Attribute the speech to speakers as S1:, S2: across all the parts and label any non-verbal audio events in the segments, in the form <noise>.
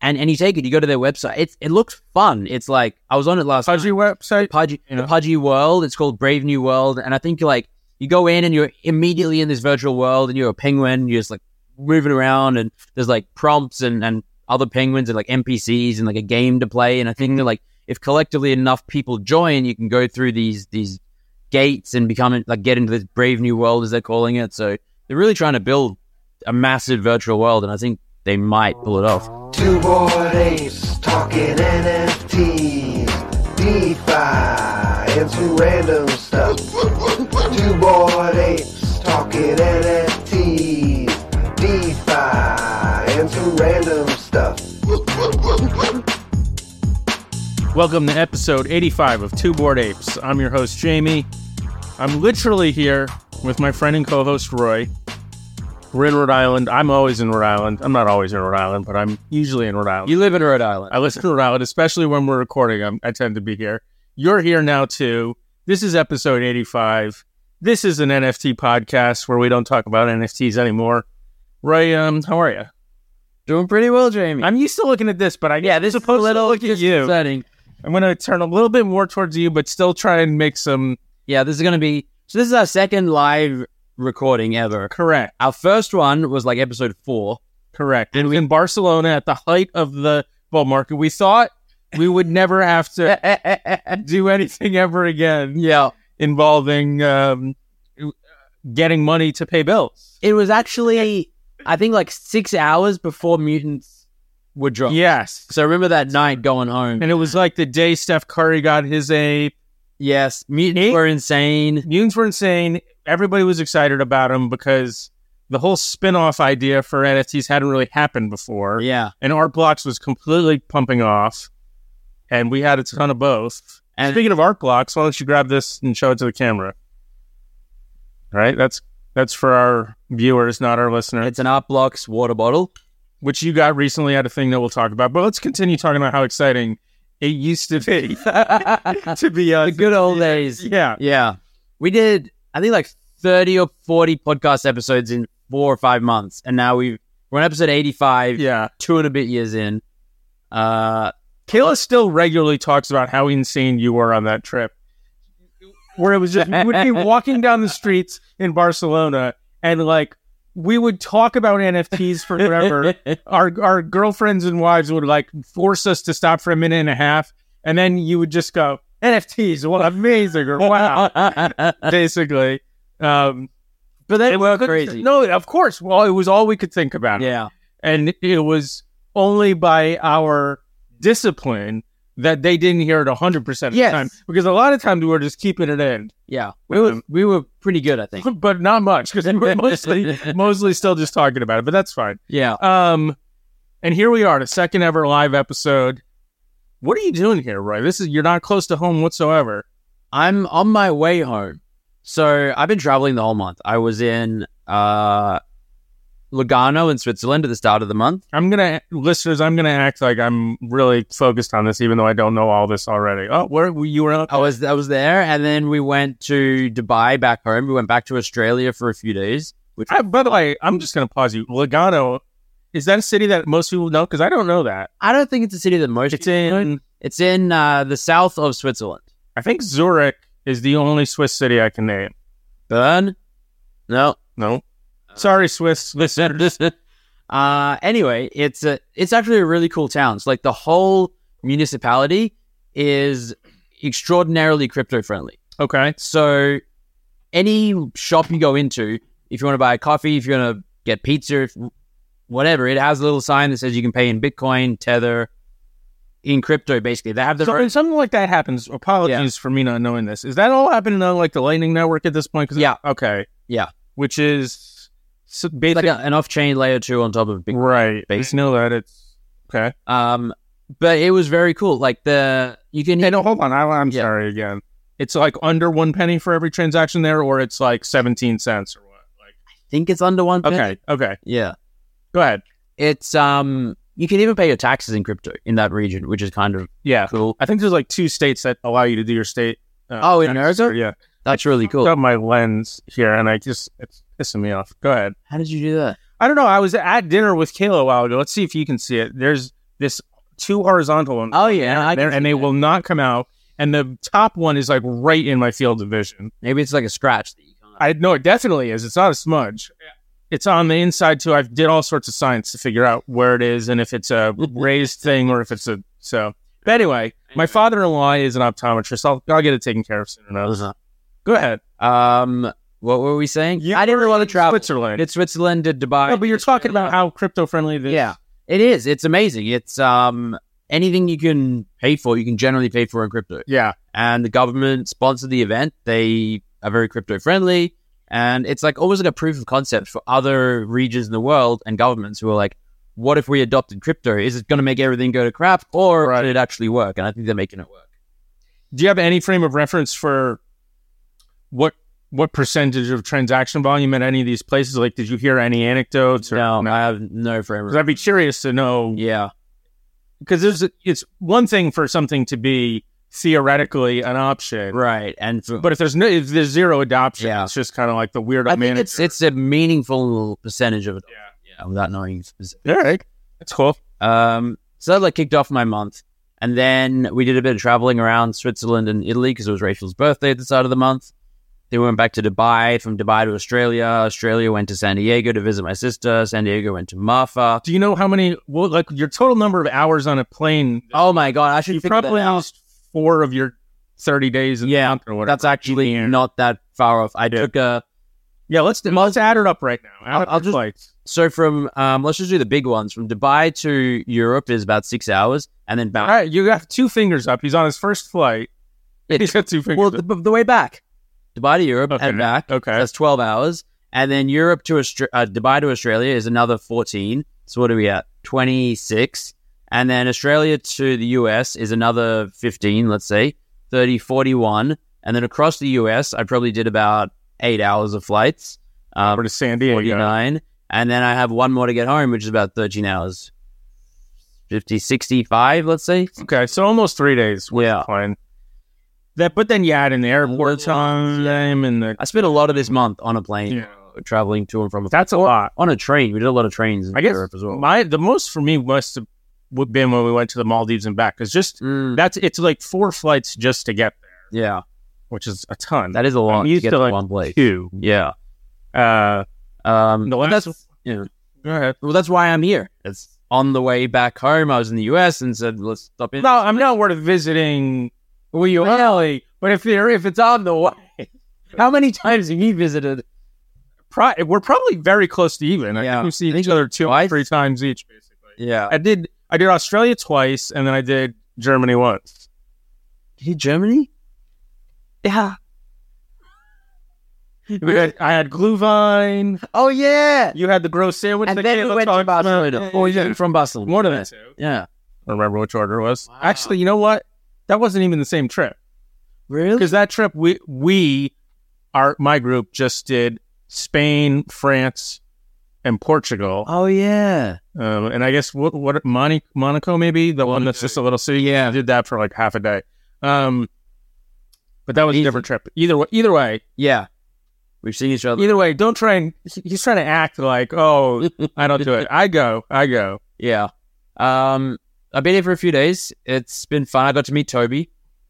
S1: and and you take it. You go to their website. It it looks fun. It's like I was on it last
S2: Pudgy
S1: night.
S2: website.
S1: Pudgy,
S2: you know.
S1: the Pudgy World. It's called Brave New World, and I think like you go in and you're immediately in this virtual world, and you're a penguin. And you're just like moving around, and there's like prompts and and other penguins and like NPCs and like a game to play. And I
S2: Mm-hmm.
S1: think that like if collectively enough people join, you can go through these these gates and become like get into this Brave New World as they're calling it. So they're really trying to build a massive virtual world, and I think they might pull it off.
S3: Two boy ace talking NFTs, DeFi, and some random stuff. Two boy apes talking NFTs, DeFi, and some random stuff.
S2: Welcome to episode 85 of Two Bored Apes. I'm your host, Jamie. I'm literally here with my friend and co host, Roy. We're in Rhode Island. I'm always in Rhode Island. I'm not always in Rhode Island, but I'm usually in Rhode Island.
S1: You live in Rhode Island.
S2: I listen to Rhode Island, especially when we're recording. I'm, I tend to be here. You're here now, too. This is episode 85. This is an NFT podcast where we don't talk about NFTs anymore. Roy, um, how are you?
S1: Doing pretty well, Jamie.
S2: I'm used to looking at this, but I yeah, this is supposed to look at you.
S1: Setting.
S2: I'm going to turn a little bit more towards you, but still try and make some
S1: Yeah, this is going to be. So this is our second live recording ever.
S2: correct,
S1: Our first one was like episode four.
S2: correct. And in Barcelona at the height of the bull market, we thought we would never have to do anything ever again
S1: Yeah,
S2: involving um, getting money to pay bills.
S1: it was actually I think like six hours before mutants were dropped.
S2: Yes.
S1: So I remember that night going home.
S2: And it was like the day Steph Curry got his ape.
S1: Yes, mutants
S2: Eight?
S1: were insane.
S2: Mutants were insane. Everybody was excited about him because the whole spin-off idea for NFTs hadn't really happened before.
S1: Yeah,
S2: and Art Blocks was completely pumping off, and we had a ton of both.
S1: And-
S2: Speaking of Art Blocks, why don't you grab this and show it to the camera? All right, that's that's for our viewers, not our listeners.
S1: it's an Art Blocks water bottle.
S2: Which you got recently at a thing that we'll talk about, but let's continue talking about how exciting it used to be
S1: <laughs> the
S2: <laughs> to be on.
S1: good old days.
S2: Yeah,
S1: Yeah. We did, I think, like 30 or 40 podcast episodes in four or five months. And now we've, we're on episode 85,
S2: yeah.
S1: two and a bit years in.
S2: <laughs>
S1: Uh,
S2: Kayla still regularly talks about how insane you were on that trip, where it was just we <laughs> would be walking down the streets in Barcelona and like we would talk about NFTs for forever. our our girlfriends and wives would like force us to stop for a minute and a half, and then you would just go NFTs, what amazing or
S1: <laughs>
S2: wow, <laughs>
S1: but
S2: basically. Um,
S1: that
S2: it
S1: was
S2: couldn't-
S1: crazy.
S2: No, of course. Well, it was all we could think about
S1: Yeah.
S2: and it was only by our discipline that they didn't hear it 100% of
S1: Yes.
S2: the time because a lot of times we were just keeping it in <laughs>
S1: Yeah. We were,
S2: Um,
S1: we were pretty good, I think.
S2: but not much because we
S1: <laughs>
S2: were <laughs> mostly mostly still just talking about it but that's fine
S1: Yeah.
S2: um and here we are the second ever live episode what are you doing here roy this is you're not close to home whatsoever
S1: I'm on my way home. So I've been traveling the whole month. I was in, uh, Lugano in Switzerland at the start of the month.
S2: i'm gonna listeners i'm gonna act like i'm really focused on this even though i don't know all this already oh where were you were
S1: I was I was there, and then we went to Dubai back home. We went back to Australia for a few days. Which I,
S2: I, by the way, I'm just going to pause you. Lugano, is that a city that most people know? Because I don't know that.
S1: don't think it's a city that most
S2: It's
S1: people know.
S2: in,
S1: it's in uh, the south of Switzerland.
S2: I think Zurich is the only Swiss city I can name.
S1: Bern, no. <laughs>
S2: No. Sorry, Swiss listeners.
S1: uh, anyway, it's a it's actually a really cool town. So like the whole municipality is extraordinarily crypto friendly.
S2: Okay.
S1: So any shop you go into, if you want to buy a coffee, if you want to get pizza, if, whatever, it has a little sign that says you can pay in Bitcoin, Tether, in crypto. Basically, they have their
S2: So
S1: own-
S2: if something like that happens, apologies for me not knowing this. Is that all happening on like the Lightning Network at this point? 'Cause-
S1: Yeah.
S2: Okay.
S1: Yeah.
S2: Which is so
S1: it's like
S2: basically
S1: a, an off-chain layer two on top of Bitcoin.
S2: right.
S1: basic-
S2: I know that it's okay.
S1: Um, but it was very cool. Like the you can
S2: Hey, no, hold on. I, I'm
S1: Yeah.
S2: sorry again. It's like under one penny for every transaction there, or it's like seventeen cents or what? Like
S1: think it's under one. penny.
S2: okay, okay,
S1: yeah,
S2: go ahead.
S1: it's um. You can even pay your taxes in crypto in that region, which is kind of
S2: Yeah,
S1: cool.
S2: I think there's like two states that allow you to do your state. Uh,
S1: Oh, in
S2: taxes.
S1: Arizona?
S2: yeah.
S1: That's really
S2: Cool.
S1: cool.
S2: Got my lens here, and I just it's pissing me off. Go ahead.
S1: How did you do that?
S2: I don't know. I was at dinner with Kayla a while ago. Let's see if you can see it. There's this two horizontal ones,
S1: Oh yeah, I
S2: there,
S1: can
S2: and
S1: see
S2: they
S1: that.
S2: will not come out. And the top one is like right in my field of vision.
S1: Maybe it's like a scratch that you can't.
S2: I know it definitely is. It's not a smudge. It's on the inside too. I've did all sorts of science to figure out where it is and if it's a
S1: <laughs>
S2: raised thing or if it's a so. But anyway, my
S1: Anyway.
S2: father-in-law is an optometrist. I'll, I'll get it taken care of soon enough. Go ahead.
S1: Um, what were we saying?
S2: You
S1: I didn't want to travel.
S2: Switzerland.
S1: It's Switzerland to Dubai.
S2: No, but you're talking about how crypto-friendly this.
S1: yeah, it is. It's amazing. It's um anything you can pay for, you can generally pay for in crypto.
S2: Yeah.
S1: And the government sponsored the event. They are very crypto friendly, and it's like almost like a proof of concept for other regions in the world and governments who are like, "What if we adopted crypto? Is it going to make everything go to crap, or
S2: Right.
S1: did it actually work?" And I think they're making it work.
S2: Do you have any frame of reference for what what percentage of transaction volume at any of these places? Like, did you hear any anecdotes? Or,
S1: No, I have no frame. of-
S2: 'Cause I'd be curious to know
S1: Yeah,
S2: because there's a- it's one thing for something to be theoretically an option,
S1: right. And for,
S2: but if there's no if there's zero adoption,
S1: Yeah.
S2: it's just kind of like the weird.
S1: I think
S2: manager.
S1: it's it's a meaningful percentage of it. Yeah, yeah without knowing specific.
S2: all right. That's cool.
S1: Um, so that like kicked off my month, and then we did a bit of traveling around Switzerland and Italy because it was Rachel's birthday at the start of the month. Then we went back to Dubai. From Dubai to Australia. Australia went to San Diego to visit my sister. San Diego went to Marfa.
S2: Do you know how many? Well, like your total number of hours on a plane?
S1: Oh my god! I should
S2: you
S1: figure
S2: probably
S1: that out.
S2: lost four of your thirty days. In
S1: Yeah,
S2: the month or whatever.
S1: That's actually
S2: Yeah.
S1: not that far off. I took a
S2: Yeah, let's do, let's add it up right now.
S1: I'll-
S2: Add up
S1: I'll
S2: your
S1: just-
S2: flights.
S1: so from um, let's just do the big ones. From Dubai to Europe is about six hours, and then
S2: All
S1: back.
S2: right, you got two fingers up. He's on his first flight.
S1: It-
S2: He's got two fingers.
S1: Well,
S2: up.
S1: the, the way back, Dubai to Europe
S2: Okay.
S1: and back.
S2: okay,
S1: That's twelve hours, and then Europe to Austra- uh, Dubai to Australia is another fourteen. So what are we at? Twenty six, and then Australia to the US is another fifteen. Let's say 30, 41. and then across the US, I probably did about eight hours of flights,
S2: over
S1: um,
S2: to San Diego.
S1: forty nine, and then I have one more to get home, which is about thirteen hours. 50, 65, let's say.
S2: Okay, so almost three days. With
S1: Yeah.
S2: the plane. That, but then you add in the airport
S1: Little ones,
S2: time and the
S1: I spent a lot of this month on a plane,
S2: Yeah.
S1: traveling to and from.
S2: that's a lot.
S1: On a train, we did a lot of trains in
S2: I guess
S1: Europe as well.
S2: My the most for me must have would been when we went to the Maldives and back because just
S1: Mm.
S2: that's it's like four flights just to get there,
S1: Yeah,
S2: which is a ton.
S1: that is a lot
S2: I'm
S1: to
S2: used
S1: get
S2: to,
S1: to
S2: like,
S1: one place.
S2: two.
S1: Yeah.
S2: Uh,
S1: Um,
S2: the
S1: but
S2: last
S1: that's, yeah.
S2: Go ahead.
S1: well, that's why I'm here. It's on the way back home. I was in the US and said, let's stop in.
S2: No, I'm not worth visiting where you are, but if there if it's on the way, how many times have you visited? Pro- we're probably very close to even. I
S1: Yeah.
S2: think we've
S1: I
S2: seen
S1: think
S2: each other two or
S1: twice.
S2: three times each. Basically,
S1: Yeah.
S2: I did. I did Australia twice, and then I did
S1: <laughs>
S2: Germany once.
S1: Hey, Germany? Yeah.
S2: We had, I had Glühwein.
S1: Oh, yeah.
S2: You had the gross sandwich.
S1: And
S2: that
S1: then
S2: Kayla
S1: we went to
S2: talked about.
S1: Barcelona. Oh, yeah. From Barcelona.
S2: One of the two.
S1: Yeah.
S2: I don't remember which order it was.
S1: Wow.
S2: Actually, you know what? That wasn't even the same trip.
S1: Really?
S2: because that trip we we our my group just did Spain, France, and Portugal,
S1: Oh, yeah.
S2: um, and I guess what what Moni, Monaco maybe the one that's just a little city. Yeah, did that for like half a day. Um, but that was
S1: Easy.
S2: a different trip. Either way, either way,
S1: Yeah. We've seen each other.
S2: either way. Don't try and he- he's trying to act like oh I don't do it. I go, I go.
S1: Yeah. Um, I've been here for a few days. It's been fun. I got to meet Toby.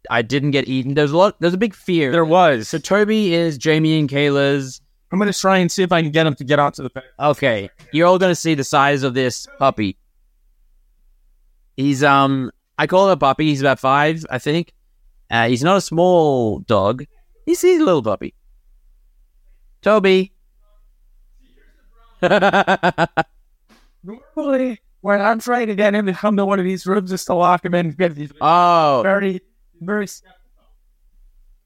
S1: I didn't get eaten. There's a lot. There's a big fear.
S2: There was.
S1: So Toby is Jamie and Kayla's.
S2: I'm gonna try and see if I can get him to get onto the.
S1: Okay, you're all gonna see the size of this puppy. He's um, I call him a puppy. He's about five, I think. Uh, he's not a small dog. He's, he's a little puppy. Toby. <laughs>
S2: Normally, when I'm trying to get him to come to one of these rooms just to lock him in, get these
S1: oh,
S2: very, very.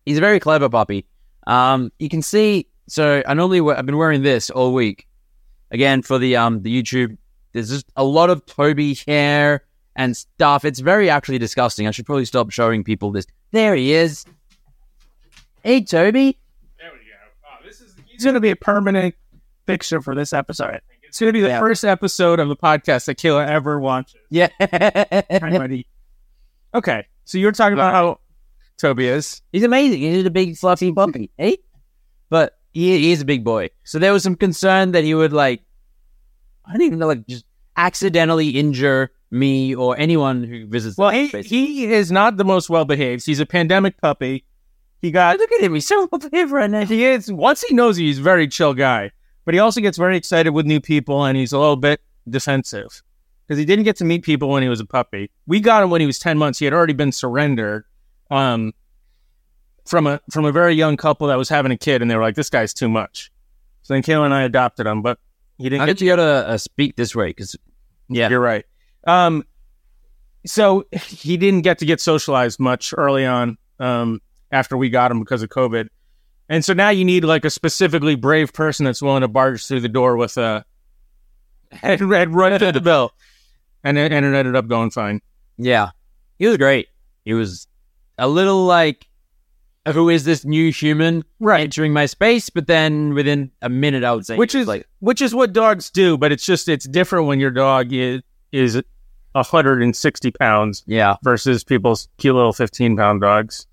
S1: he's a very clever puppy. Um, you can see. So I normally wear, I've been wearing this all week. Again for the um the YouTube. There's just a lot of Toby hair and stuff. It's very actually disgusting. I should probably stop showing people this. There he is. Hey Toby.
S2: There we go. Oh, this is. He's going to be a permanent fixture for this episode. It's going to be the
S1: Yeah.
S2: first episode of the podcast that Kayla ever watches.
S1: Yeah. <laughs>
S2: Everybody. okay, so you're talking about how Toby is.
S1: He's amazing. He's a big fluffy puppy. Hey. But he, he is a big boy. So there was some concern that he would like I don't even know like just accidentally injure me or anyone who visits.
S2: Well,
S1: that
S2: he
S1: space.
S2: he is not the most well behaved. He's a pandemic puppy. He got
S1: look at him. He's so different. And
S2: he is once he knows he's a very chill guy, but he also gets very excited with new people and he's a little bit defensive because he didn't get to meet people when he was a puppy. We got him when he was ten months. He had already been surrendered um, from a from a very young couple that was having a kid, and they were like, "This guy's too much." So then Kayla and I adopted him, but he didn't
S1: I
S2: get
S1: get you got to uh, speak this way because yeah,
S2: You're right. Um, so <laughs> he didn't get to get socialized much early on um, after we got him because of COVID. And so now you need like a specifically brave person that's willing to barge through the door with a <laughs> and red right through the bill. And it, and it ended up going fine.
S1: yeah. He was great. He was a little like, who is this new human entering my space? But then within a minute, I would say,
S2: Which
S1: he was
S2: is
S1: like,
S2: like which is what dogs do, but it's just it's different when your dog is is 160 pounds
S1: yeah.
S2: versus people's cute little 15 pound dogs.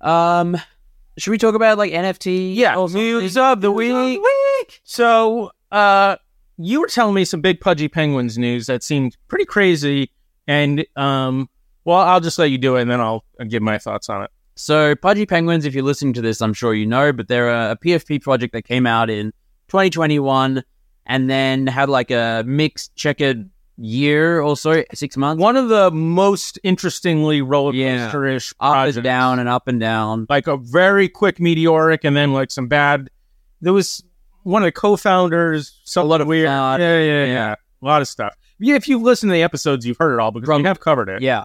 S1: Um, should we talk about like NFT?
S2: Yeah,
S1: or
S2: news
S1: something?
S2: of the week. So, uh, you were telling me some big pudgy penguins news that seemed pretty crazy, and um, well, I'll just let you do it, and then I'll, I'll give my thoughts on it.
S1: So, Pudgy Penguins, if you're listening to this, I'm sure you know, but they're a, a PFP project that came out in 2021 and then had like a mixed checkered year or so, six months.
S2: One of the most interestingly roller
S1: Yeah.
S2: coaster-ish
S1: up
S2: projects,
S1: and down and up and down.
S2: like a very quick meteoric, and then like some bad. There was one of the co-founders, some a lot of weird,
S1: fraud.
S2: yeah, yeah, yeah, a lot of stuff. Yeah, if you've listened to the episodes, you've heard it all because
S1: From-
S2: we have covered it.
S1: Yeah.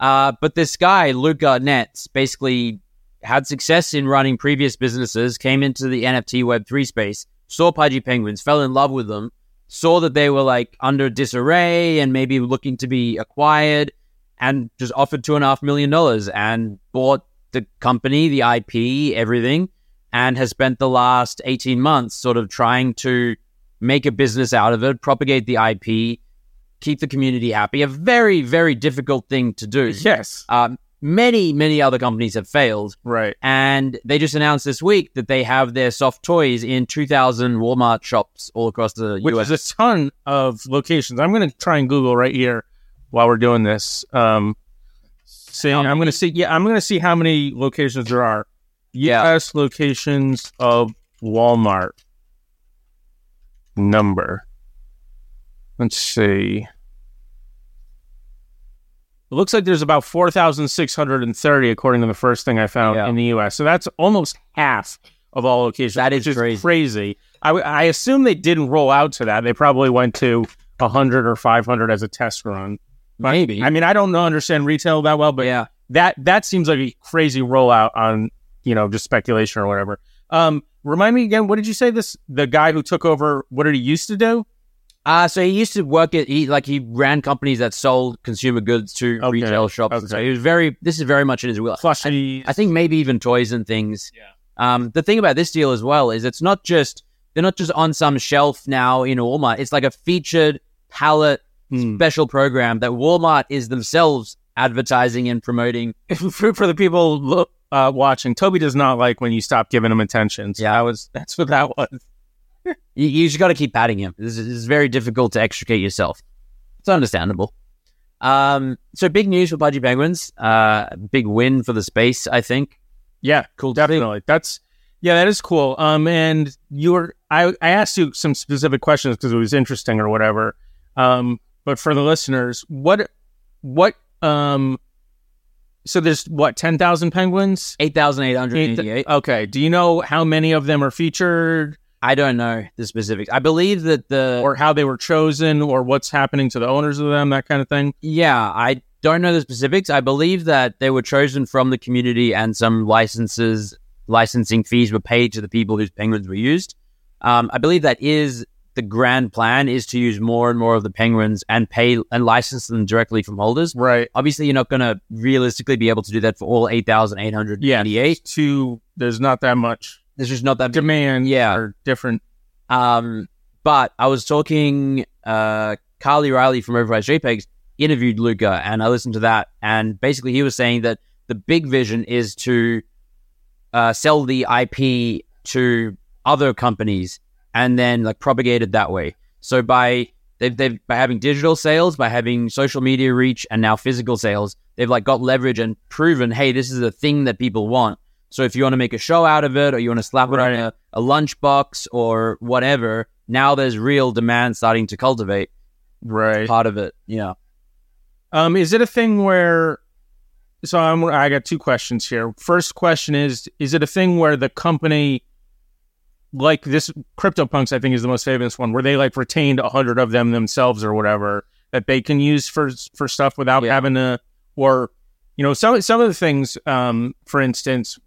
S1: Uh, but this guy, Luke Garnett, basically had success in running previous businesses, came into the NFT Web3 space, saw Pudgy Penguins, fell in love with them, saw that they were like under disarray and maybe looking to be acquired, and just offered $2.5 million and bought the company, the IP, everything, and has spent the last 18 months sort of trying to make a business out of it, propagate the IP, keep the community happy. A very, very difficult thing to do.
S2: Yes.
S1: Um, many, many other companies have failed.
S2: Right.
S1: And they just announced this week that they have their soft toys in 2,000 Walmart shops all across the
S2: which
S1: US.
S2: is a ton of locations. I'm going to try and Google right here while we're doing this. Um, see, I'm going to see. Yeah, I'm going to see how many locations there are.
S1: Yeah.
S2: U.S. locations of Walmart number. Let's see. It looks like there's about 4,630, according to the first thing I found
S1: Yeah.
S2: in the U.S. So that's almost half of all locations.
S1: That is
S2: which
S1: crazy.
S2: crazy. I, w- I assume they didn't roll out to that. They probably went to 100 or 500 as a test run. But,
S1: Maybe.
S2: I mean, I don't know, understand retail that well, but
S1: yeah.
S2: that that seems like a crazy rollout on you know just speculation or whatever. Um, remind me again, what did you say? This the guy who took over. What did he used to do?
S1: Uh, so he used to work at he like he ran companies that sold consumer goods to
S2: Okay.
S1: retail shops. and
S2: Okay.
S1: So he was very this is very much in his wheel.
S2: Plushies.
S1: I think maybe even toys and things. Yeah. Um, the thing about this deal as well is it's not just they're not just on some shelf now in Walmart. It's like a featured palette
S2: Hmm.
S1: special program that Walmart is themselves advertising and promoting.
S2: <laughs> for, for the people look, uh, watching, Toby does not like when you stop giving him attention. So
S1: Yeah.
S2: that was that's what that was.
S1: You, you just got to keep patting him. This is, this is very difficult to extricate yourself. It's understandable. Um, so big news for Pudgy Penguins. Uh, big win for the space, I think.
S2: Yeah,
S1: Cool. to see.
S2: definitely. That's yeah, that is cool. Um, and you were I I asked you some specific questions because it was interesting or whatever. Um, but for the listeners, what what um, so there's what ten thousand penguins.
S1: 8,888.
S2: Okay. Do you know how many of them are featured,
S1: I don't know the specifics. I believe that the
S2: or how they were chosen, or what's happening to the owners of them, that kind of thing?
S1: Yeah, I don't know the specifics. I believe that they were chosen from the community and some licenses, licensing fees were paid to the people whose penguins were used. Um, I believe that is the grand plan is to use more and more of the penguins and pay and license them directly from holders.
S2: Right.
S1: Obviously, you're not going to realistically be able to do that for all 8,888.
S2: Yeah. Two. There's not that much
S1: There's just not that many.
S2: demand.
S1: Yeah.
S2: Or different.
S1: Um, but I was talking, uh, Carly Riley from Overwatch JPEGs interviewed Luca, and I listened to that, and basically he was saying that the big vision is to uh, sell the IP to other companies and then like propagate it that way. So by They've, they've by having digital sales, by having social media reach, and now physical sales, they've like got leverage and proven, hey, this is a thing that people want. So if you want to make a show out of it, or you want to slap it on a, a lunchbox or whatever, now there's real demand starting to cultivate
S2: Right.
S1: part of it. Yeah,
S2: Um, is it a thing where? So I'm. I got two questions here. First question is: Is it a thing where the company, like this, CryptoPunks, I think is the most famous one, where they like retained a hundred of them themselves or whatever that they can use for for stuff without
S1: Yeah.
S2: having to, or you know, some some of the things. Um, for instance,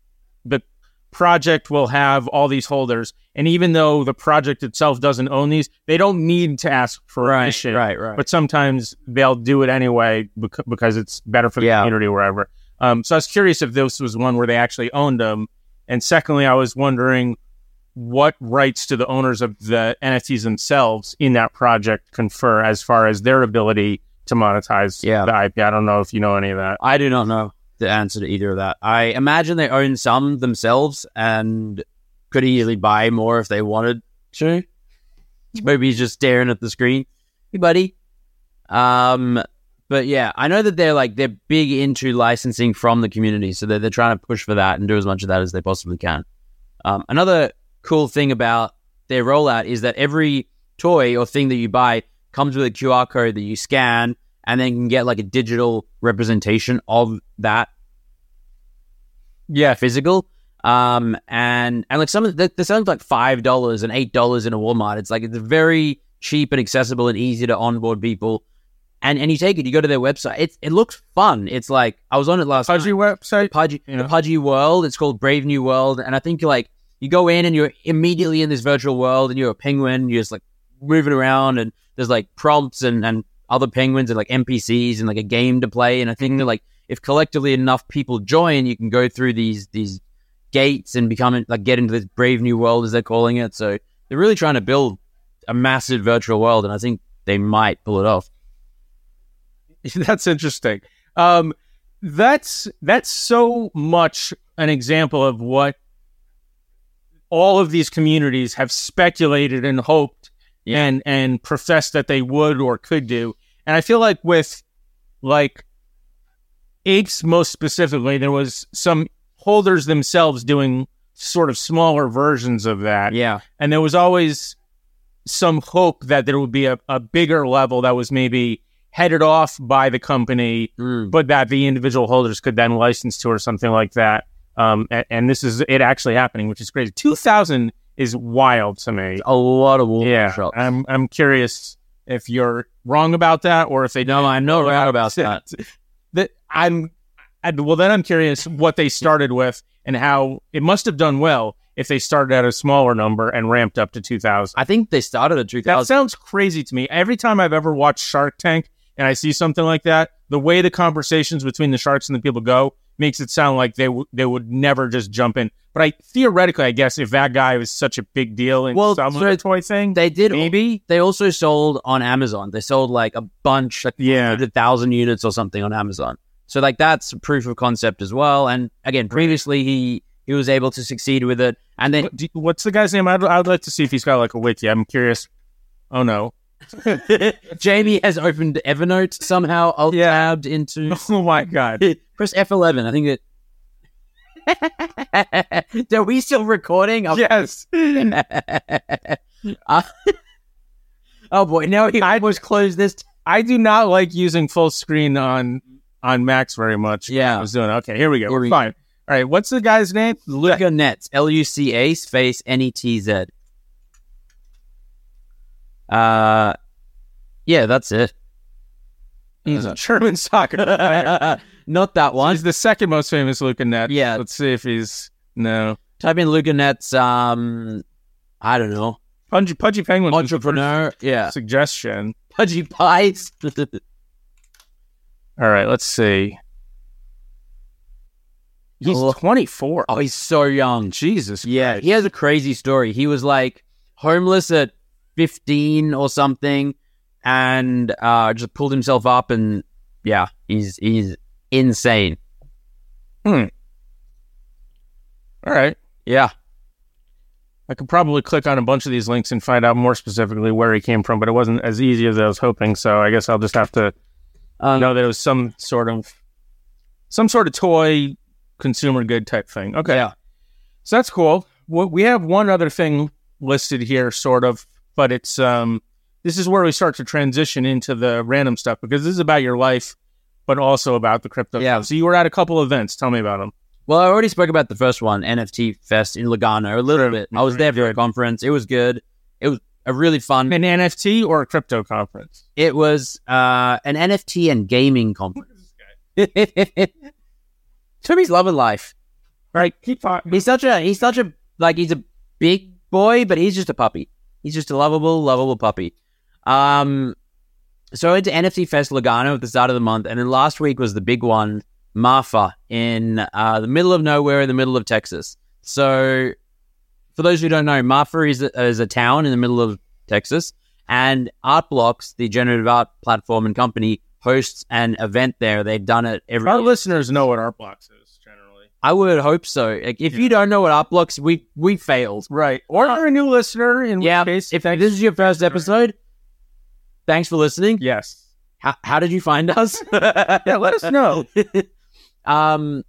S2: the project will have all these holders, and even though the project itself doesn't own these, they don't need to ask for permission
S1: right, right.
S2: but sometimes they'll do it anyway bec- because it's better for the
S1: Yeah.
S2: community or wherever. Um, so I was curious if this was one where they actually owned them. And secondly, I was wondering what rights do the owners of the NFTs themselves in that project confer as far as their ability to monetize
S1: Yeah.
S2: the IP? I don't know if you know any of that.
S1: I do not know the answer to either of that. I imagine they own some themselves and could easily buy more if they wanted to. Maybe he's just staring at the screen. Hey, buddy. Um, but yeah, I know that they're like they're big into licensing from the community, so they're, they're trying to push for that and do as much of that as they possibly can. Um, another cool thing about their rollout is that every toy or thing that you buy comes with a QR code that you scan and then you can get like a digital representation of that
S2: Yeah.
S1: physical. Um, and and like some of the, the selling for like five dollars and eight dollars in a Walmart. It's like it's very cheap and accessible and easy to onboard people. And and you take it, you go to their website. It it looks fun. It's like I was on it last
S2: Pudgy
S1: night.
S2: website.
S1: Pudgy,
S2: Yeah.
S1: the Pudgy World. It's called Brave New World, and I think like you go in and you're immediately in this virtual world, and you're a penguin. You're just like moving around, and there's like prompts and and other penguins and like NPCs and like a game to play. And I think that like if collectively enough people join, you can go through these these gates and become like get into this Brave New World as they're calling it. So they're really trying to build a massive virtual world, and I think they might pull it off.
S2: <laughs> that's interesting. Um, that's that's so much an example of what all of these communities have speculated and hoped
S1: Yeah.
S2: and and professed that they would or could do. And I feel like with like apes most specifically, there was some holders themselves doing sort of smaller versions of that
S1: Yeah,
S2: and there was always some hope that there would be a, a bigger level that was maybe headed off by the company,
S1: Mm.
S2: but that the individual holders could then license to or something like that. Um, and, and this is it actually happening, which is crazy. Two thousand is wild to me.
S1: a lot of wall
S2: yeah,
S1: shots.
S2: I'm I'm curious if you're wrong about that or if they
S1: No, I'm
S2: <laughs>
S1: not right about that.
S2: that I'm I, well then I'm curious what they started with and how it must have done well if they started at a smaller number and ramped up to 2000.
S1: I think they started at 2000.
S2: That sounds crazy to me. Every time I've ever watched Shark Tank and I see something like that, the way the conversations between the sharks and the people go makes it sound like they w- they would never just jump in. But I theoretically, I guess if that guy was such a big deal in
S1: Well,
S2: some
S1: so
S2: of the toy thing,
S1: They did.
S2: maybe
S1: They also sold on Amazon. They sold like a bunch, like
S2: yeah,
S1: hundred thousand units or something on Amazon. So like that's proof of concept as well. And again, previously he he was able to succeed with it. And then
S2: <laughs> What- do- What's the guy's name? I'd, I'd like to see if he's got like a wiki. I'm curious. Oh no! <laughs>
S1: Jamie has opened Evernote somehow, alt tabbed into <laughs>
S2: Oh my god!
S1: press F eleven. I think that. <laughs> Are we still recording? I'm-
S2: Yes,
S1: <laughs> Uh, <laughs> oh boy! Now he almost closed this.
S2: I do not like using full screen on on Macs very much. I
S1: yeah.
S2: was doing okay. Here we go.
S1: Here we go.
S2: We're fine. All right. What's the guy's name?
S1: <laughs>
S2: Luke.
S1: Luca Nets, L U C A space N E T Z. Uh, yeah, that's it.
S2: He's a <laughs>
S1: <laughs>
S2: German soccer player.
S1: Not that one.
S2: He's the second most famous Luca Net.
S1: Yeah.
S2: Let's see if he's no
S1: Type in Luca Nets. Um, I don't know.
S2: Pudgy, Pudgy Penguin was the
S1: Entrepreneur. Yeah.
S2: first suggestion.
S1: Pudgy pies.
S2: All right. Let's see. He's
S1: Oh.
S2: 24.
S1: <laughs> oh, he's so young.
S2: Jesus.
S1: Yeah,
S2: Christ.
S1: he has a crazy story. He was like homeless at 15 or something and uh, just pulled himself up and yeah, he's he's insane.
S2: All right.
S1: Yeah.
S2: I could probably click on a bunch of these links and find out more specifically where he came from, but it wasn't as easy as I was hoping. So I guess I'll just have to
S1: Um,
S2: know that it was some sort of some sort of toy consumer good type thing. Okay,
S1: Yeah.
S2: so that's cool. Wha- We have one other thing listed here, sort of, but it's um this is where we start to transition into the random stuff because this is about your life, but also about the crypto.
S1: Yeah.
S2: So you were at a couple events. Tell me about them.
S1: Well, I already spoke about the first one, NFT Fest in Lugano, a little bit. I was there for a conference. It was good. It was a really fun.
S2: An NFT or a crypto conference?
S1: It was uh, an NFT and gaming conference. <laughs> Toby's loving life.
S2: Right. Keep talking.
S1: He's such a he's such a like he's a big boy, but he's just a puppy. He's just a lovable, lovable puppy. Um, so it's NFC Fest Lugano at the start of the month, and then last week was the big one, Marfa in uh, the middle of nowhere, in the middle of Texas. So, for those who don't know, Marfa is a, is a town in the middle of Texas, and Artblocks, the generative art platform and company, hosts an event there. They've done it every
S2: Our listeners know what our blocks is generally.
S1: I would hope so. Like, if you don't know what Upblocks, we we failed.
S2: Right. Or you're a new listener in
S1: Yeah.
S2: which case
S1: If
S2: thanks-
S1: this is your first episode, thanks for listening.
S2: Yes.
S1: How, how did you find
S2: <laughs>
S1: us? yeah,
S2: let us know.
S1: <laughs> um,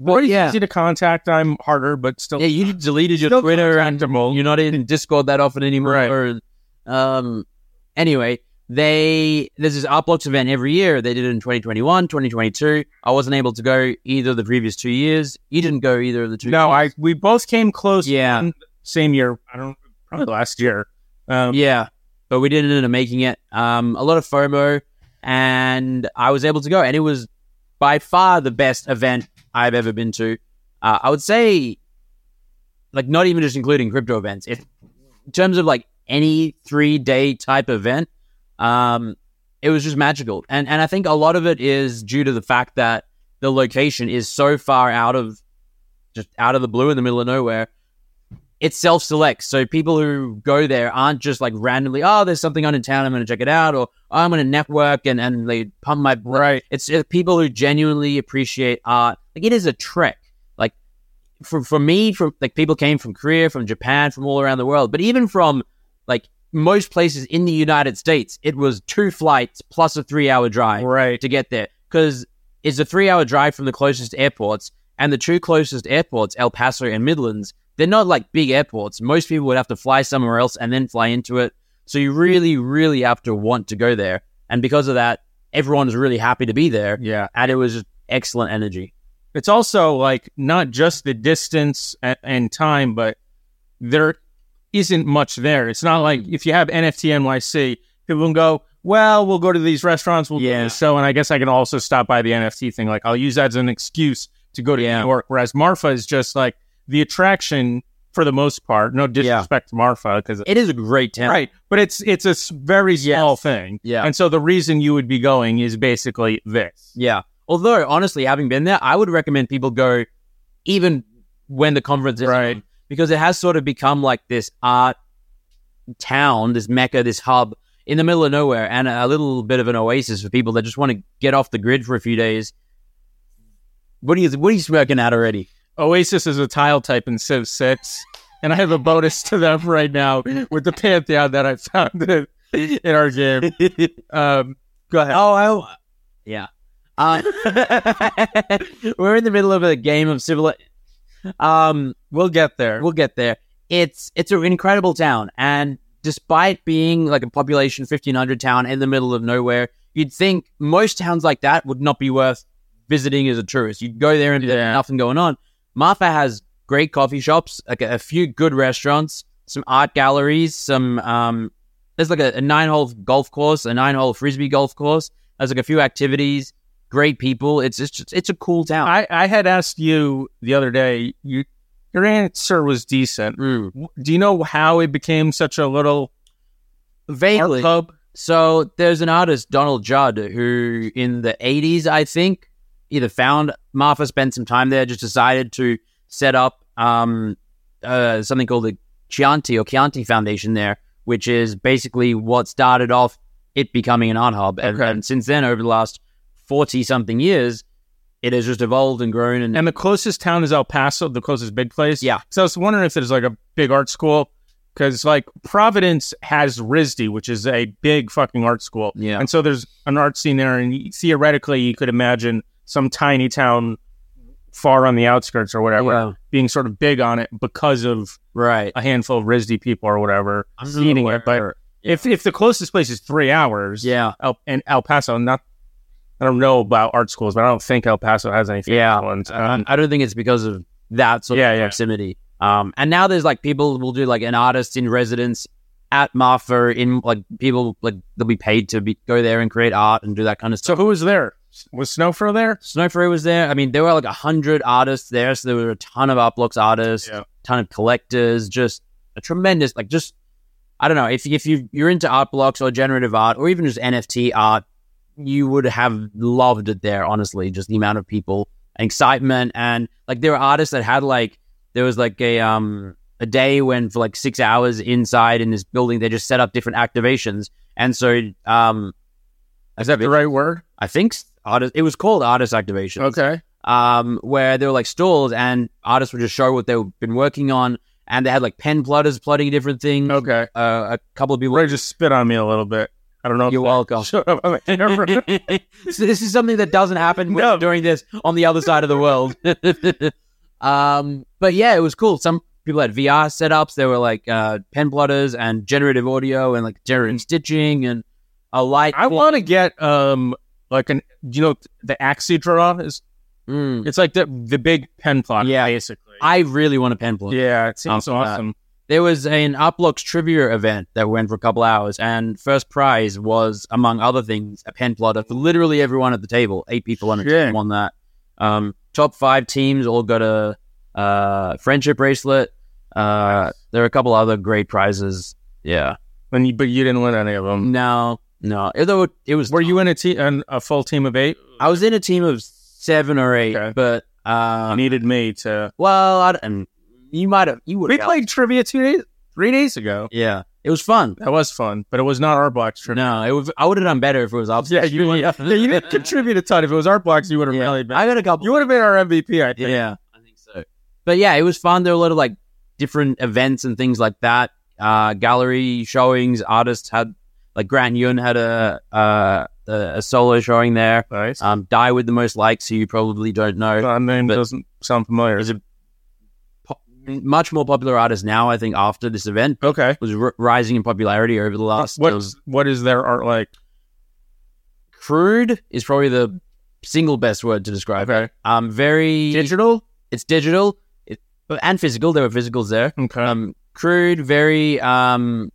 S1: but
S2: Pretty
S1: yeah,
S2: easy to contact. I'm harder, but still
S1: yeah, you deleted your
S2: Still
S1: Twitter and
S2: contactable.
S1: you're not in Discord that often anymore.
S2: Right.
S1: Or, um, anyway, they there's this Upblocks event every year. They did it in 2021, 2022. I wasn't able to go either of the previous two years. You didn't go either of the two.
S2: No,
S1: years.
S2: I we both came close.
S1: Yeah.
S2: one- same year. I don't probably last year. Um,
S1: Yeah, but we didn't end up making it. Um, a lot of FOMO, and I was able to go, and it was by far the best event I've ever been to. Uh, I would say, like, not even just including crypto events. If, in terms of like any three day type event, um, it was just magical, and and I think a lot of it is due to the fact that the location is so far out of just out of the blue in the middle of nowhere it self selects. So people who go there aren't just like randomly, oh, there's something on in town, I'm going to check it out, or oh, I'm going to network and, and they pump my.
S2: Right.
S1: It's uh, people who genuinely appreciate art. Like it is a trek. Like for, for me, from like people came from Korea, from Japan, from all around the world, but even from like most places in the United States, it was two flights plus a three hour drive
S2: Right.
S1: to get there because it's a three hour drive from the closest airports and the two closest airports el paso and midlands they're not like big airports most people would have to fly somewhere else and then fly into it so you really really have to want to go there and because of that everyone was really happy to be there
S2: Yeah.
S1: and it was just excellent energy
S2: It's also like not just the distance and, and time, but there isn't much there. It's not like if you have NFT NYC, people can go, well, we'll go to these restaurants, we'll
S1: Yeah.
S2: do this show, and I guess I can also stop by the NFT thing. Like I'll use that as an excuse to go to
S1: Yeah.
S2: New York. Whereas Marfa is just like the attraction for the most part. No disrespect to Marfa because
S1: it is a great town
S2: right, but it's it's a s- very small thing.
S1: yeah
S2: And so the reason you would be going is basically this.
S1: Yeah. Although, honestly, having been there, I would recommend people go even when the conference is
S2: Right.
S1: on, because it has sort of become like this art town, this mecca, this hub in the middle of nowhere, and a little bit of an oasis for people that just want to get off the grid for a few days. What are you What are you smoking at already? <laughs>
S2: Oasis is a tile type in Civ 6, and I have a bonus to them right now with the Pantheon that I found in, in our game. Um, go ahead.
S1: Oh, I, yeah. Uh, <laughs> we're in the middle of a game of civil. Um,
S2: We'll get there.
S1: We'll get there. It's it's an incredible town, and despite being like a population fifteen hundred town in the middle of nowhere, you'd think most towns like that would not be worth visiting as a tourist. You'd go there and
S2: Yeah.
S1: there's nothing going on. Marfa has great coffee shops, like a, a few good restaurants, some art galleries, some um. There's like a, a nine hole golf course, a nine hole frisbee golf course. There's like a few activities, great people. It's it's just, it's a cool town.
S2: I, I had asked you the other day, you, your answer was decent.
S1: Mm.
S2: W- Do you know how it became such a little art
S1: Vaguely,
S2: club?
S1: So there's an artist, Donald Judd, who in the 80s, I think, either found Marfa, spent some time there, just decided to set up um, uh, something called the Chianti or Chianti Foundation there, which is basically what started off it becoming an art hub. And,
S2: Okay.
S1: and since then, over the last 40 something years, it has just evolved and grown. And
S2: And the closest town is El Paso, the closest big place.
S1: Yeah.
S2: So I was wondering if there's like a big art school because like Providence has RISD, which is a big fucking art school.
S1: Yeah.
S2: And so there's an art scene there, and theoretically you could imagine some tiny town far on the outskirts or whatever
S1: Yeah.
S2: being sort of big on it because of
S1: right,
S2: a handful of RISD people or whatever
S1: I'm not
S2: seeding it. But
S1: aware.
S2: if if the closest place is three hours,
S1: yeah,
S2: El, and El Paso, not. I don't know about art schools, but I don't think El Paso has anything.
S1: Yeah. Uh,
S2: ones. Um,
S1: I- I don't think it's because of that sort
S2: Yeah,
S1: of
S2: yeah.
S1: proximity. Um, and now there's like people will do like an artist in residence at Marfa in like people like they'll be paid to be, go there and create art and do that kind of stuff.
S2: So who was there? Was Snowfro there?
S1: Snowfree was there. I mean, there were like a hundred artists there, so there were a ton of Uplux artists,
S2: Yeah.
S1: ton of collectors, just a tremendous like just I don't know if if you you're into art blocks or generative art or even just NFT art, you would have loved it there. Honestly, just the amount of people, excitement, and like there were artists that had like there was like a um a day when for like six hours inside in this building they just set up different activations, and so um
S2: Is that the right word?
S1: I think s- artist it was called artist activation
S2: Okay.
S1: um, where there were like stalls and artists would just show what they've been working on, and they had like pen plotters plotting different things.
S2: Okay.
S1: Uh, a couple of people.
S2: Ray just spit on me a little bit. I don't know. if
S1: You're
S2: that- <laughs>
S1: welcome.
S2: Shut up. I'm here for-
S1: so this is something that doesn't happen when-
S2: No.
S1: during this on the other side of the world. <laughs> um, but yeah, it was cool. Some people had VR setups. There were like uh, pen plotters and generative audio and like generative stitching and a light.
S2: Mm. I want to get um like an you know the axi draw is
S1: Mm.
S2: it's like the the big pen plot.
S1: Yeah.
S2: basically.
S1: I really want a pen plotter.
S2: yeah, it seems
S1: Um, uh,
S2: awesome.
S1: There was an Uplux trivia event that went for a couple hours, and first prize was, among other things, a pen plotter for literally everyone at the table. Eight people on a
S2: Shit.
S1: team on that. Um, top five teams all got a uh, friendship bracelet. Uh, there are a couple other great prizes. Yeah.
S2: And you, but you didn't win any of them.
S1: No, no. Although it, it was,
S2: Were you in a te- an, a full team of eight?
S1: I was in a team of seven or eight,
S2: Okay.
S1: but
S2: You
S1: um,
S2: needed me to.
S1: well, I, don't- you might have. You would.
S2: We played trivia two days, three days ago.
S1: Yeah, it was fun.
S2: That was fun, but it was not our
S1: <laughs>
S2: box trivia.
S1: No, it was. I would have done better if it was Uplux.
S2: Yeah, you, won- yeah, <laughs> you didn't contribute a ton. If it was our blocks, you would have
S1: Yeah.
S2: really been.
S1: I got a couple.
S2: You would have been our MVP, I
S1: <laughs>
S2: think.
S1: yeah, I think so. But yeah, it was fun. There were a lot of like different events and things like that. Uh, gallery showings, artists had like Grant Yun had a uh, a, a solo showing there.
S2: Nice.
S1: Um, Die with the most likes, who you probably don't know.
S2: That name
S1: but-
S2: doesn't sound familiar.
S1: Is it- Po- much more popular artist now, I think, after this event
S2: okay.
S1: was r- rising in popularity over the last.
S2: What is, what is their art like?
S1: crude is probably the single best word to describe. it.
S2: Okay.
S1: Um, very
S2: Digital?
S1: It's digital, it, and physical. There were physicals there.
S2: Okay.
S1: um, crude, very. Um,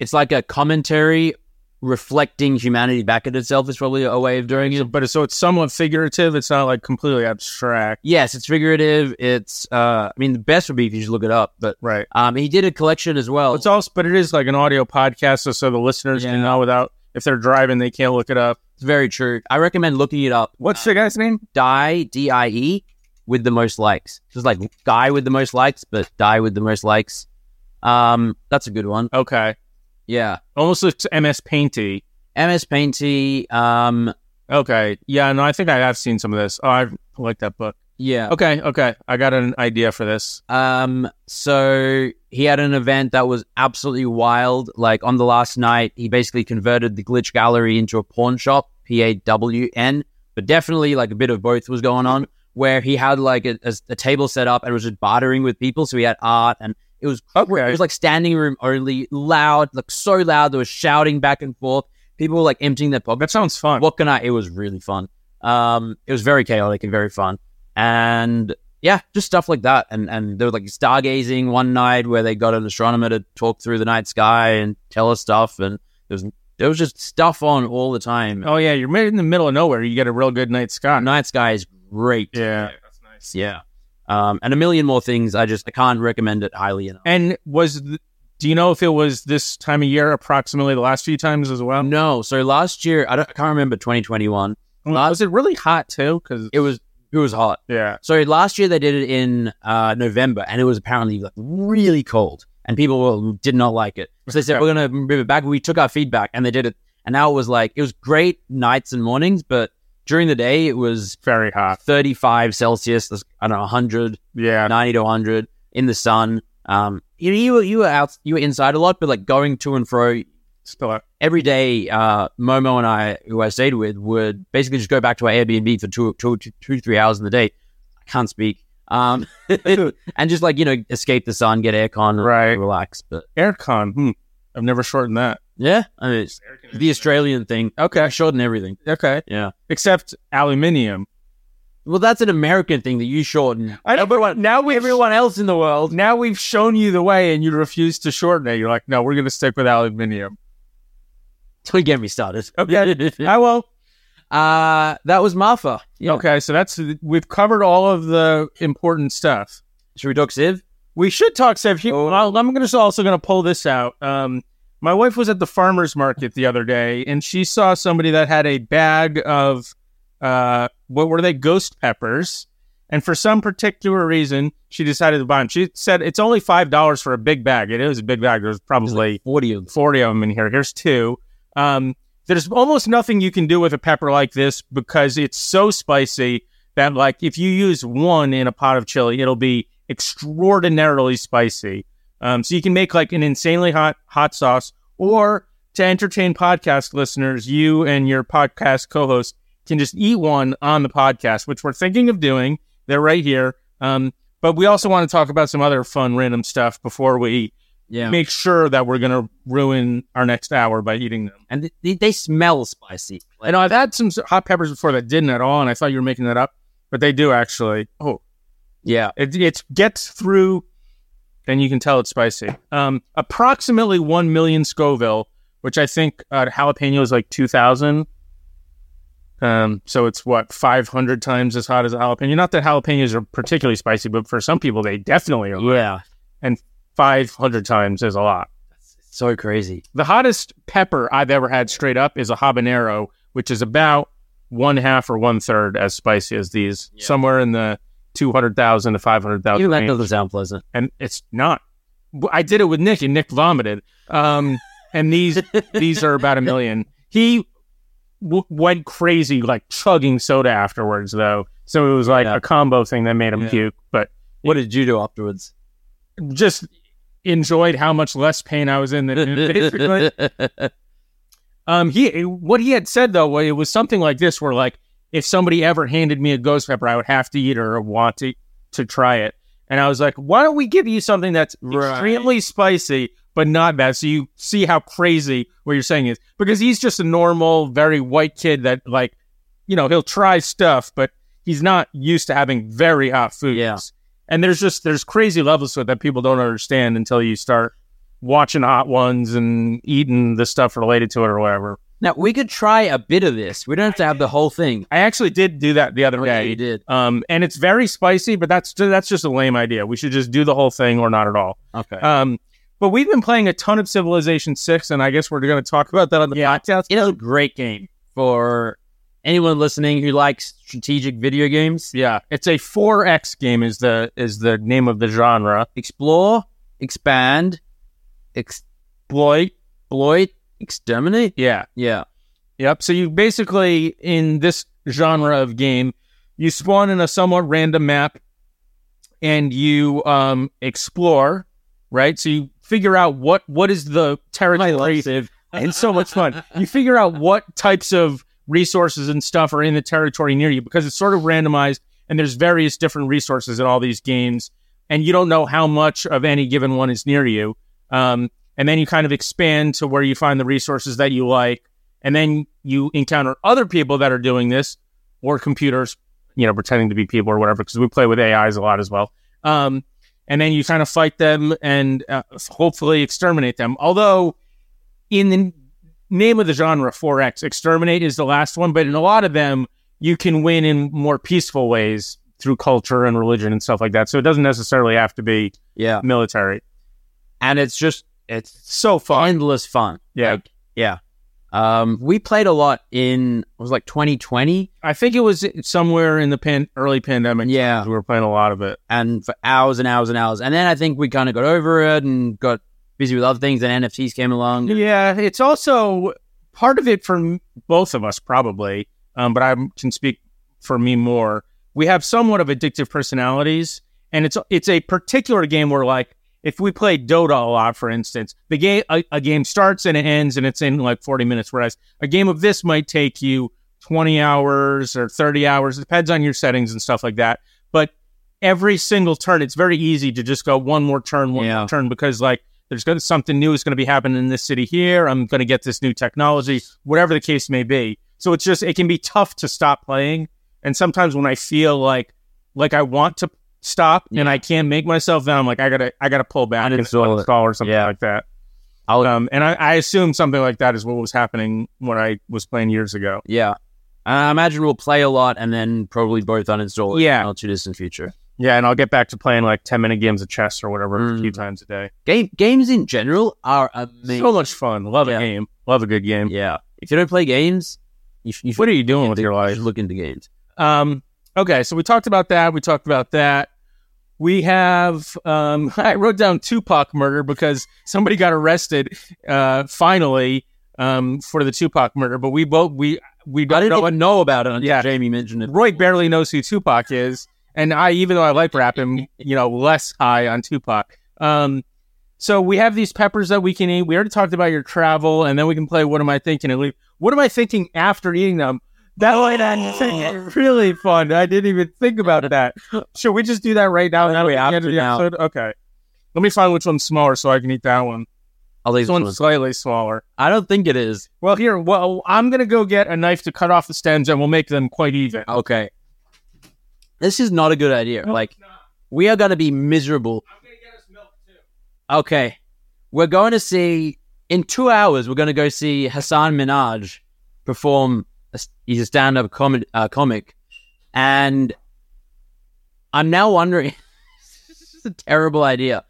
S1: it's like a commentary reflecting humanity back at itself is probably a way of doing it.
S2: but it's- so it's somewhat figurative. It's not like completely abstract.
S1: Yes, it's figurative. It's. Uh, I mean, the best would be if you just look it up. But
S2: Right.
S1: um, he did a collection as well.
S2: It's also, but it is like an audio podcast. So, so the listeners
S1: Yeah.
S2: can know without, if they're driving, they can't look it up.
S1: It's very true. I recommend looking it up.
S2: What's the guy's name?
S1: Die D I E with the most likes. Just like guy with the most likes, but die with the most likes. Um, that's a good one.
S2: Okay.
S1: Yeah.
S2: Almost looks MS Painty.
S1: MS Painty. Um,
S2: Okay. Yeah. No, I think I have seen some of this. Oh, I like that book.
S1: yeah.
S2: Okay. Okay. I got an idea for this.
S1: Um, so he had an event that was absolutely wild. Like on the last night, he basically converted the glitch gallery into a pawn shop, P A W N, but definitely like a bit of both was going on where he had like a, a, a table set up and was just bartering with people. So he had art and it was, it
S2: Okay.
S1: was like standing room only loud, like so loud. There was shouting back and forth. People were like emptying their pockets
S2: That sounds fun.
S1: <laughs> what can I? It was really fun. Um, it was very chaotic and very fun, and yeah, just stuff like that. And and there was like stargazing one night where they got an astronomer to talk through the night sky and tell us stuff, and there was there was just stuff on all the time.
S2: Oh yeah, you're made in the middle of nowhere. You get a real good night sky.
S1: Night sky is great.
S2: Yeah, that's nice.
S1: yeah. Um, and a million more things. I just I can't recommend it highly enough.
S2: And was th- do you know if it was this time of year approximately the last few times as well?
S1: No, so last year I, don't, I can't remember 2021.
S2: was Uh, it really hot too? Because
S1: It was it was hot.
S2: yeah,
S1: So last year they did it in uh, November, and it was apparently like really cold, and people were, did not like it. So they said we're going to move it back. We took our feedback, and they did it. And now it was like it was great nights and mornings, but during the day, it was
S2: Very hot.
S1: 35 Celsius, that's, I don't know, 100,
S2: Yeah.
S1: 90 to 100 in the sun. Um, you know, you were, you were out, you were inside a lot, but like going to and fro
S2: Still hot.
S1: every day. Uh, Momo and I, who I stayed with, would basically just go back to our Airbnb for two, two, two, two three hours in the day. I can't speak. Um, <laughs> and just like, you know, escape the sun, get aircon,
S2: Right.
S1: relax. But
S2: Aircon. Hmm. I've never shortened that.
S1: yeah, I mean, it's the Australian thing. Okay. I shorten everything.
S2: Okay.
S1: Yeah.
S2: Except aluminium.
S1: Well, that's an American thing that you shorten.
S2: I don't,
S1: Everyone,
S2: now we
S1: everyone else in the world.
S2: now we've shown you the way and you refuse to shorten it. You're like, no, we're going to stick with aluminium.
S1: Don't get me started.
S2: I will.
S1: <laughs> uh, that was Oh, Martha. Yeah.
S2: Okay, so that's we've covered all of the important stuff.
S1: Should we talk Civ?
S2: We should talk Sev. Here, well, I'm going to also going to pull this out. Um, my wife was at the farmers market the other day, and she saw somebody that had a bag of uh, what were they? Ghost peppers. And for some particular reason, she decided to buy them. She said it's only five dollars for a big bag. It was a big bag. There's probably
S1: Audience.
S2: 40 of them in here. Here's two. Um, there's almost nothing you can do with a pepper like this because it's so spicy that, like, if you use one in a pot of chili, it'll be extraordinarily spicy. Um, so you can make like an insanely hot hot sauce, or to entertain podcast listeners, you and your podcast co-host can just eat one on the podcast, which we're thinking of doing. They're right here. Um, but we also want to talk about some other fun, random stuff before we
S1: Yeah.
S2: make sure that we're going to ruin our next hour by eating them.
S1: And they, they smell spicy. Like,
S2: I know I've had some s- hot peppers before that didn't at all, and I thought you were making that up, but they do actually. Oh,
S1: yeah.
S2: it it gets through, then you can tell it's spicy. Um, approximately one million Scoville, which I think uh, jalapeno is like two thousand. Um, so it's what five hundred times as hot as a jalapeno. Not that jalapenos are particularly spicy, but for some people they definitely are.
S1: Yeah.
S2: Five hundred times is a lot.
S1: So crazy.
S2: The hottest pepper I've ever had straight up is a habanero, which is about one half or one third as spicy as these,
S1: Yeah.
S2: somewhere in the 200,000 to 500,000
S1: Even that
S2: range.
S1: doesn't sound pleasant.
S2: And it's not. I did it with Nick and Nick vomited. Um, and these these are about a million. He w- went crazy, like chugging soda afterwards, though. So it was like
S1: Yeah.
S2: a combo thing that made him
S1: Yeah.
S2: puke. But
S1: What did you do afterwards?
S2: just enjoyed how much less pain I was in than <laughs> basically. Um, he what he had said though, it was something like this: where like if somebody ever handed me a ghost pepper, I would have to eat it or want to to try it. And I was like, why don't we give you something that's
S1: Right.
S2: extremely spicy but not bad, so you see how crazy what you're saying is? Because he's just a normal, very white kid that like, you know, he'll try stuff, but he's not used to having very hot foods.
S1: Yeah.
S2: And there's just there's crazy levels to it that people don't understand until you start watching hot ones and eating the stuff related to it or whatever.
S1: now we could try a bit of this. We don't have to have the whole thing.
S2: I actually did do that the other
S1: Oh, yeah,
S2: day.
S1: you did.
S2: Um, and it's very spicy, but that's that's just a lame idea. We should just do the whole thing or not at all.
S1: Okay.
S2: Um, but we've been playing a ton of Civilization Six, and I guess we're going to talk about that on the
S1: Yeah.
S2: podcast.
S1: it's a great game for anyone listening who likes strategic video games.
S2: Yeah, it's a four X game is the is the name of the genre.
S1: Explore, expand, exploit, exploit, exterminate.
S2: Yeah,
S1: Yeah.
S2: Yep. So you basically in this genre of game, you spawn in a somewhat random map, and you um, explore, right? So you figure out what what is the territory. <laughs> It's so much fun. You figure out what types of resources and stuff are in the territory near you because it's sort of randomized, and there's various different resources in all these games, and you don't know how much of any given one is near you. Um, and then you kind of expand to where you find the resources that you like and then you encounter other people that are doing this or computers you know pretending to be people or whatever because we play with ais a lot as well um, and then you kind of fight them and uh, hopefully exterminate them although in the name of the genre 4x exterminate is the last one but in a lot of them you can win in more peaceful ways through culture and religion and stuff like that so it doesn't necessarily have to be
S1: Yeah.
S2: military
S1: And it's just it's
S2: so fun
S1: endless fun.
S2: yeah
S1: Like, yeah. Um, we played a lot in it was like 2020.
S2: i think it was somewhere in the pan- early pandemic
S1: Yeah.
S2: we were playing a lot of it
S1: and for hours and hours and hours. And then I think we kind of got over it and got busy with other things, and NFTs came along.
S2: Yeah, it's also part of it from both of us probably um, but I can speak for me more. We have somewhat of addictive personalities, and it's it's a particular game where like if we play Dota a lot, for instance, the game a, a game starts and it ends, and it's in like forty minutes. Whereas a game of this might take you twenty hours or thirty hours, it depends on your settings and stuff like that. But every single turn, it's very easy to just go one more turn, one
S1: Yeah.
S2: more turn, because like there's going to something new is going to be happening in this city here. I'm going to get this new technology, whatever the case may be. So it's just it can be tough to stop playing. And sometimes when I feel like like I want to stop and I can't make myself, then I'm like I gotta I gotta pull back and
S1: Uninstall
S2: uninstall
S1: it.
S2: or something
S1: Yeah.
S2: like that.
S1: I'll-
S2: Um, and I, I assume something like that is what was happening when I was playing years ago.
S1: Yeah. I imagine we'll play a lot and then probably both uninstall it
S2: Yeah.
S1: in the not too distant future.
S2: Yeah, and I'll get back to playing like ten minute games of chess or whatever a
S1: Mm.
S2: few times a day.
S1: Game games in general are amazing.
S2: So much fun. Love
S1: Yeah.
S2: a game. Love a good game.
S1: yeah. If you don't play games, you, sh- you should
S2: What are you doing with your
S1: you
S2: life?
S1: should look into games.
S2: Um, okay, so we talked about that. We talked about that. We have. Um, <laughs> I wrote down Tupac murder because somebody got arrested uh, finally um, for the Tupac murder, but we both we
S1: I
S2: we don't
S1: didn't
S2: know.
S1: even know about it until
S2: Yeah.
S1: Jamie mentioned it.
S2: Roy barely knows who Tupac is, and I, even though I like rap, am you know less high on Tupac. Um, so we have these peppers that we can eat. We already talked about your travel, and then we can play. What am I thinking? And leave. What am I thinking after eating them? That way, that's really fun. I didn't even think about that. Should we just do that right now? That
S1: we
S2: end of the
S1: opt it
S2: episode. Okay. Let me find which one's smaller so I can eat that one.
S1: I'll leave
S2: This
S1: this one.
S2: one's slightly smaller.
S1: I don't think it is.
S2: Well, here, well, I'm gonna go get a knife to cut off the stems, and we'll make them quite even.
S1: Okay. This is not a good idea.
S2: No,
S1: like, we are going to be miserable.
S2: I'm gonna get us milk too.
S1: Okay. We're going to see, in two hours, we're going to go see Hassan Minaj perform. a s- he's a stand up comic, uh, comic. And I'm now wondering <laughs> this is a terrible idea.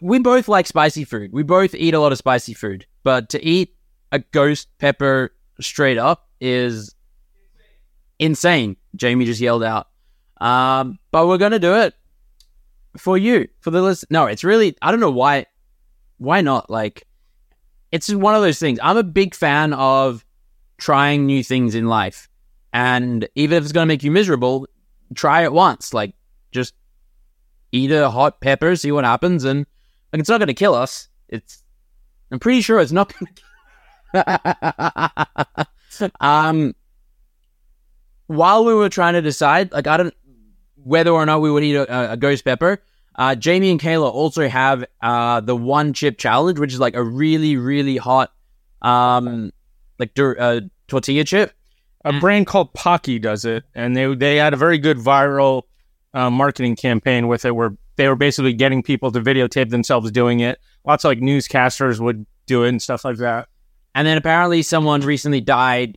S1: We both like spicy food. We both eat a lot of spicy food. But to eat a ghost pepper straight up is insane. Jamie just yelled out. Um, but we're going to do it for you for the list no it's really i don't know why why not like it's just one of those things i'm a big fan of trying new things in life and even if it's going to make you miserable try it once like just eat a hot pepper see what happens and like it's not going to kill us it's i'm pretty sure it's not going <laughs> to um while we were trying to decide like i don't whether or not we would eat a, a ghost pepper uh, Jamie and Kayla also have uh, the one chip challenge, which is like a really, really hot, um, like dur- uh, tortilla chip.
S2: a
S1: Mm.
S2: brand called Pocky does it, and they they had a very good viral uh, marketing campaign with it, where they were basically getting people to videotape themselves doing it. Lots of like newscasters would do it and stuff like that. <laughs>
S1: And then apparently someone recently died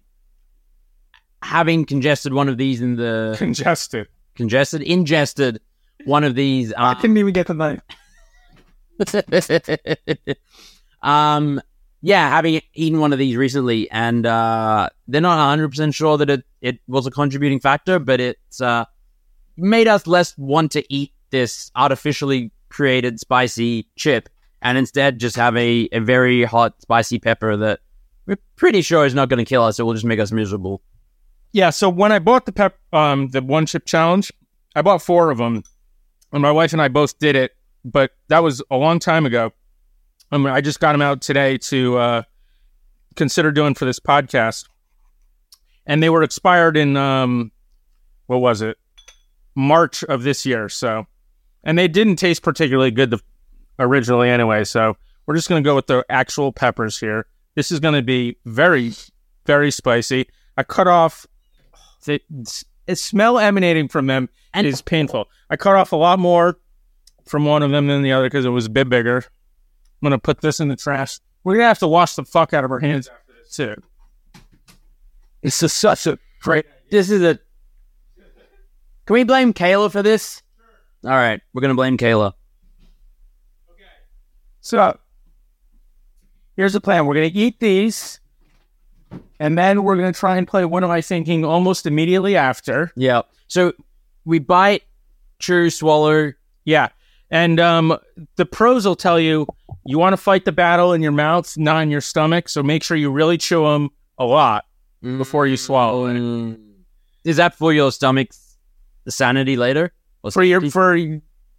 S1: having congested one of these in the
S2: Congested.
S1: congested, ingested one of these. Uh,
S2: even get the knife.
S1: <laughs> um, yeah, having eaten one of these recently, and uh, they're not 100 percent sure that it, it was a contributing factor, but it's uh, made us less want to eat this artificially created spicy chip, and instead just have a, a very hot spicy pepper that we're pretty sure is not going to kill us. It will just make us miserable.
S2: Yeah. So when I bought the pep, um, the one chip challenge, I bought four of them, and my wife and I both did it, but that was a long time ago. I mean, I just got them out today to uh, consider doing for this podcast, and they were expired in um, what was it, March of this year. So, and they didn't taste particularly good the, originally, anyway. So we're just gonna go with the actual peppers here. This is gonna be very, very spicy. I cut off the, the smell emanating from them
S1: And-
S2: is painful. I cut off a lot more from one of them than the other because it was a bit bigger. I'm gonna put this in the trash. We're gonna have to wash the fuck out of our hands after this too. This is such a great.
S1: This is a. Can we blame Kayla for this? All right, we're going to blame Kayla.
S2: So here's the plan: we're gonna eat these, and then we're gonna try and play. What am I thinking? Almost immediately after.
S1: Yeah. So we bite, chew, swallow.
S2: Yeah. And um, the pros will tell you you want to fight the battle in your mouth, not in your stomach. So make sure you really chew them a lot before you swallow it.
S1: Mm. Is that for your stomach's sanity later? Or
S2: For your
S1: safety?
S2: for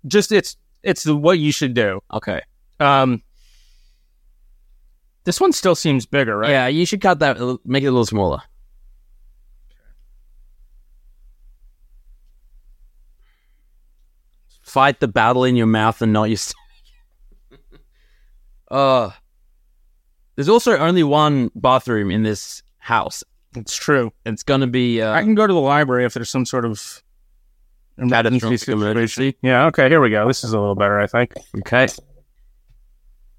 S2: just it's it's the- what you should do.
S1: okay.
S2: Um, this one still seems bigger, right?
S1: Yeah, you should cut that. a little- Make it a little smaller. Fight the battle in your mouth and not your <laughs> stomach. uh, there's also only one bathroom in this house.
S2: It's true.
S1: It's gonna be uh,
S2: I can go to the library if there's some sort of emergency
S1: catastrophic
S2: situation.
S1: emergency.
S2: Yeah. Okay. Here we go. This is a little better, I think.
S1: Okay.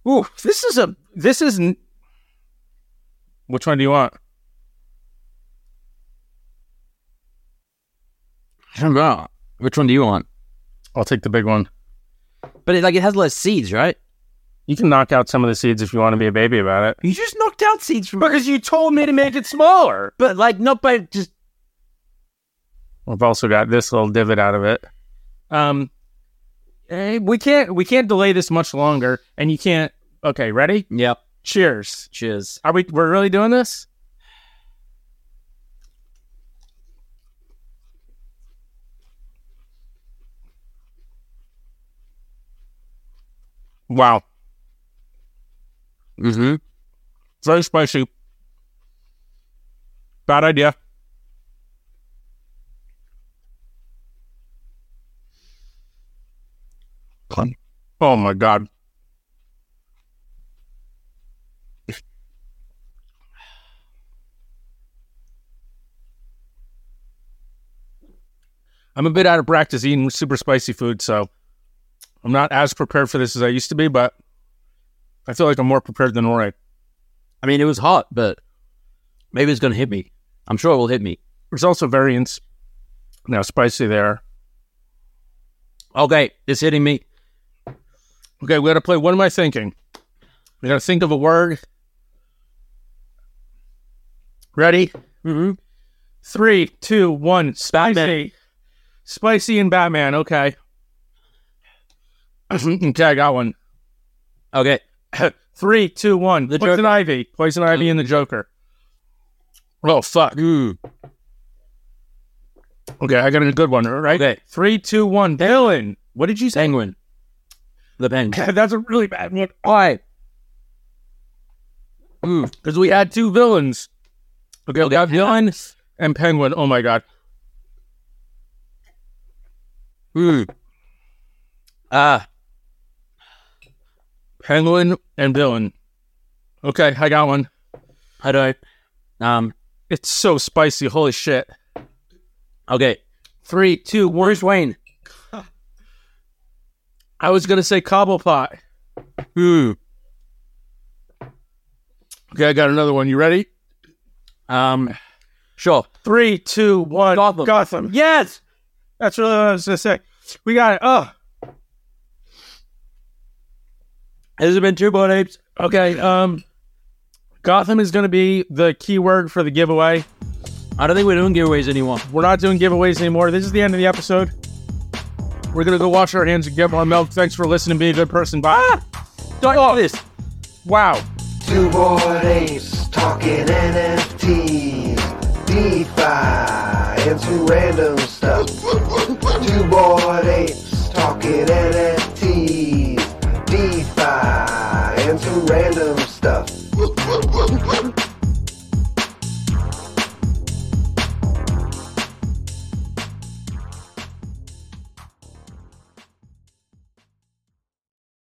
S2: Ooh, this is a this is. n- Which one do you want?
S1: I don't know. Which one do you want?
S2: I'll take the big one.
S1: But it, like, it has less seeds, right?
S2: You can knock out some of the seeds if you want to be a baby about it.
S1: You just knocked out seeds from.
S2: Because you told me to make it smaller.
S1: But like, not by just.
S2: We've also got this little divot out of it. Um, eh, we can't we can't delay this much longer, and you can't. Okay, ready?
S1: Yep.
S2: Cheers.
S1: Cheers.
S2: Are we? We're really doing this? Wow,
S1: Mm-hmm.
S2: very spicy. Bad idea. Oh my god. I'm a bit out of practice eating super spicy food, so I'm not as prepared for this as I used to be, but I feel like I'm more prepared than Roy.
S1: I mean, it was hot, but maybe it's going to hit me. I'm sure it will hit me.
S2: There's also variants. Now spicy there.
S1: Okay, it's hitting me.
S2: Okay, we gotta play what am I thinking? We gotta think of a word. Ready?
S1: Mm-hmm.
S2: Three, two, one. Spicy. Spicy and Batman. Okay. <clears throat> okay, I got one. <clears throat>
S1: Okay,
S2: Three, two, one.
S1: The
S2: Poison
S1: Joker.
S2: Ivy. Poison Ivy and the Joker. Oh, fuck.
S1: Mm.
S2: Okay, I got a good one, right?
S1: Okay.
S2: Three, two, one. Dylan. What did you say?
S1: penguin. The <coughs> penguin.
S2: That's a really bad one. Why? Because we had two villains. Okay, we got villain and penguin. Oh, my God.
S1: Mm. Ah,
S2: Penguin and villain. Okay, I got one.
S1: I don't. Um.
S2: It's so spicy. Holy shit.
S1: Okay.
S2: Three, two, one.
S1: Bruce Wayne.
S2: I was gonna say cobblepot. Hmm. Okay, I got another one. You ready?
S1: Um. Sure.
S2: Three, two, one.
S1: Gotham.
S2: Gotham. Yeah,
S1: Yes.
S2: that's really what I was gonna say. We got it. Oh,
S1: This has been two board apes.
S2: okay. Um, Gotham is gonna be the keyword for the giveaway.
S1: I don't think we're doing giveaways anymore.
S2: We're not doing giveaways anymore. This is the end of the episode. We're gonna go wash our hands and get more milk. Thanks for listening. Be a good person. Bye.
S1: Don't do this.
S2: Wow.
S3: Two board apes talking NFTs, DeFi, and some random stuff. Two board apes talking NFTs, DeFi, and some random stuff.